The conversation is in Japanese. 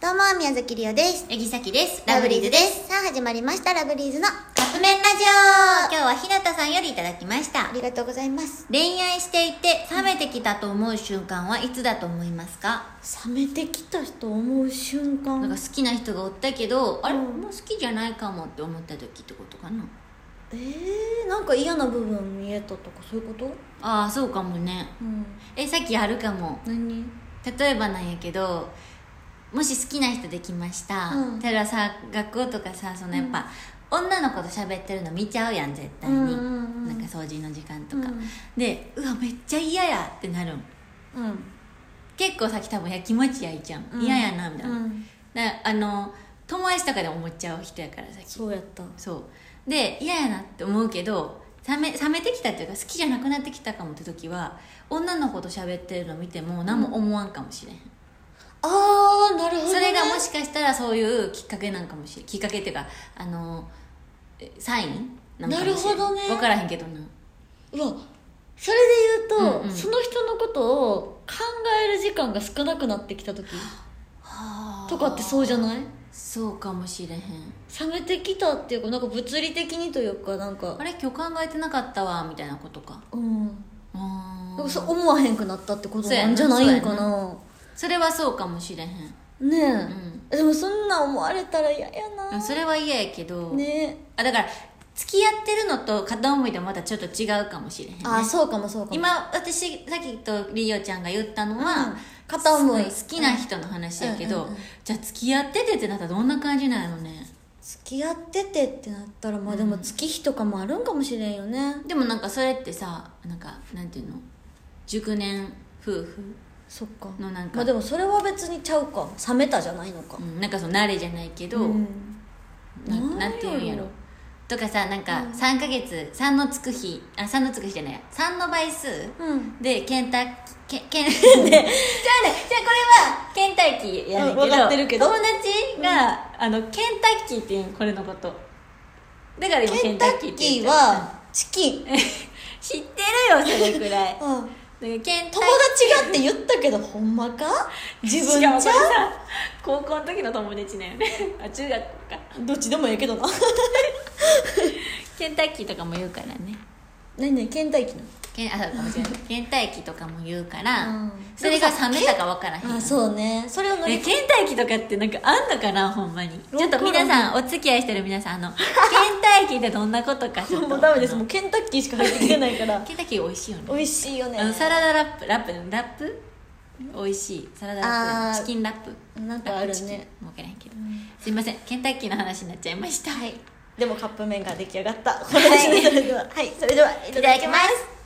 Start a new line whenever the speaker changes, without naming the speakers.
どうも、宮崎りおです。
えぎさきです。ラブリーズです。。
さあ、始まりました、ラブリーズの。あ
カップ麺ラジオ今日はひなたさんよりいただきました。
りがとうございます。
恋愛していて冷めてきたと思う瞬間はいつだと思いますか
冷めてきた人思う瞬間。
なんか
え
好きな人がおったけど、あれ
うん
もう好きじゃないかもって思った時ってことかな
えー、なんか嫌な部分見えたとか、そういうこと
ああ、そうかもね。
うん。
え、さっきあるかも。
何
例えばなんやけどもし好きな人できました、
うん
たださ学校とかさそのやっぱ、女の子と喋ってるの見ちゃうやん絶対に、
うんうんうん
なんか掃除の時間と
と
か、でうわめっちゃ嫌やってなるん
うん。
結構さっき多分やきもち焼いちゃう
うん
ん嫌やなみたいな、
うん
だあの友達とかで思っちゃう人やからさっき
そうやった。
そうで嫌やなって思うけど冷め冷めてきたっていうか好きじゃなくなってきたかもって時は女の子と喋ってるの見ても何も思わんかもしれん
あー、なるほど、ね。
それがもしかしたらそういうきっかけなんかもしれんきっかけっていうかあのえサインなんかもしれん
なるほどね
分からへんけどな
うわそれで言うと、
うんうん
その人のことを考える時間が少なくなってきた時とかってそうじゃない
そうかもしれへん
冷めてきたっていうかなんか物理的にというかなんか
あれ今日考えてなかったわみたいなことか
うんな
あ
ん
ー
かそう思わへんくなったってことなんじゃないんか
そうや
な
それはそうかもしれへん
ねえ、
ん
でもそんな思われたら嫌や
で
な
もそれは嫌やけど、
ね
あだから付き合ってるのと片思いではまたちょっと違うかもしれへんね
あそうかもそうかも
今私さっきとりおちゃんが言ったのは、
うん片思い
好きな人の話やけ
うん
ど、
うんうん
じゃあ付き合っててってなったらどんな感じなのね
付き合っててってなったらまあでも月日とかもあるんかもしれんよね、
でもなんかそれってさなんかなんていうの熟年夫婦、
そっか
のなんか
まあでもそれは別にちゃうか冷めたじゃないのか
うん、なんかその慣れじゃないけど、
うん
な
な
な
や
ん
ろ
んていうんやろとかさなんか3ヶ月3のつく日あ3のつく日じゃない3の倍数、
うん
でケンタッキー ケンでじゃあねじゃあこれはケンタッキーやねん
うんわかってる
け
け
ど
ど
友達が、あのケンタッキーっていうこれのことだから今
ケ
ケ
ン
ン
タ
タ
ッ
ッ
キ
キ
ー
ーって言っちゃ
はチキン、うん、友
う 知ってるよそれくらいだか
達
らケンタッキー
がって言ったけどほんまか自分
し
じ
か
ゃ
もこれさ 高校の時の友達ね あ中学校か
どっちでもええけどな
ケンタッキーとかも言うからね
何何ケンタッキーな
ケンあそうかもしれないケンタッキーとかも言うから、
うん
それが冷めたかわからへん
のあそうねそれを乗
え
り
ケンタッキーとかってなんかあんのかなほんまに
わか
ちょ
ん
っ
ない
と皆さんお付き合いしてる皆さんあのケンタッキーってどんなことかちょっと
もうダメです
あの
もうケンタッキーしか入ってきてないから
ケンタッキー美味しいよね
美味しいよね
あのサラダラップラップラップ美味しいサラダラッ
あー
プチキンラップ
なんかあるね
ラップチキンもう分からへんけど、すいませんケンタッキーの話になっちゃいましたはい
でもカップ麺が出来上がったこれですねそれでははいそれではい
い
た
た
だ
だ
き
き
ま
ますす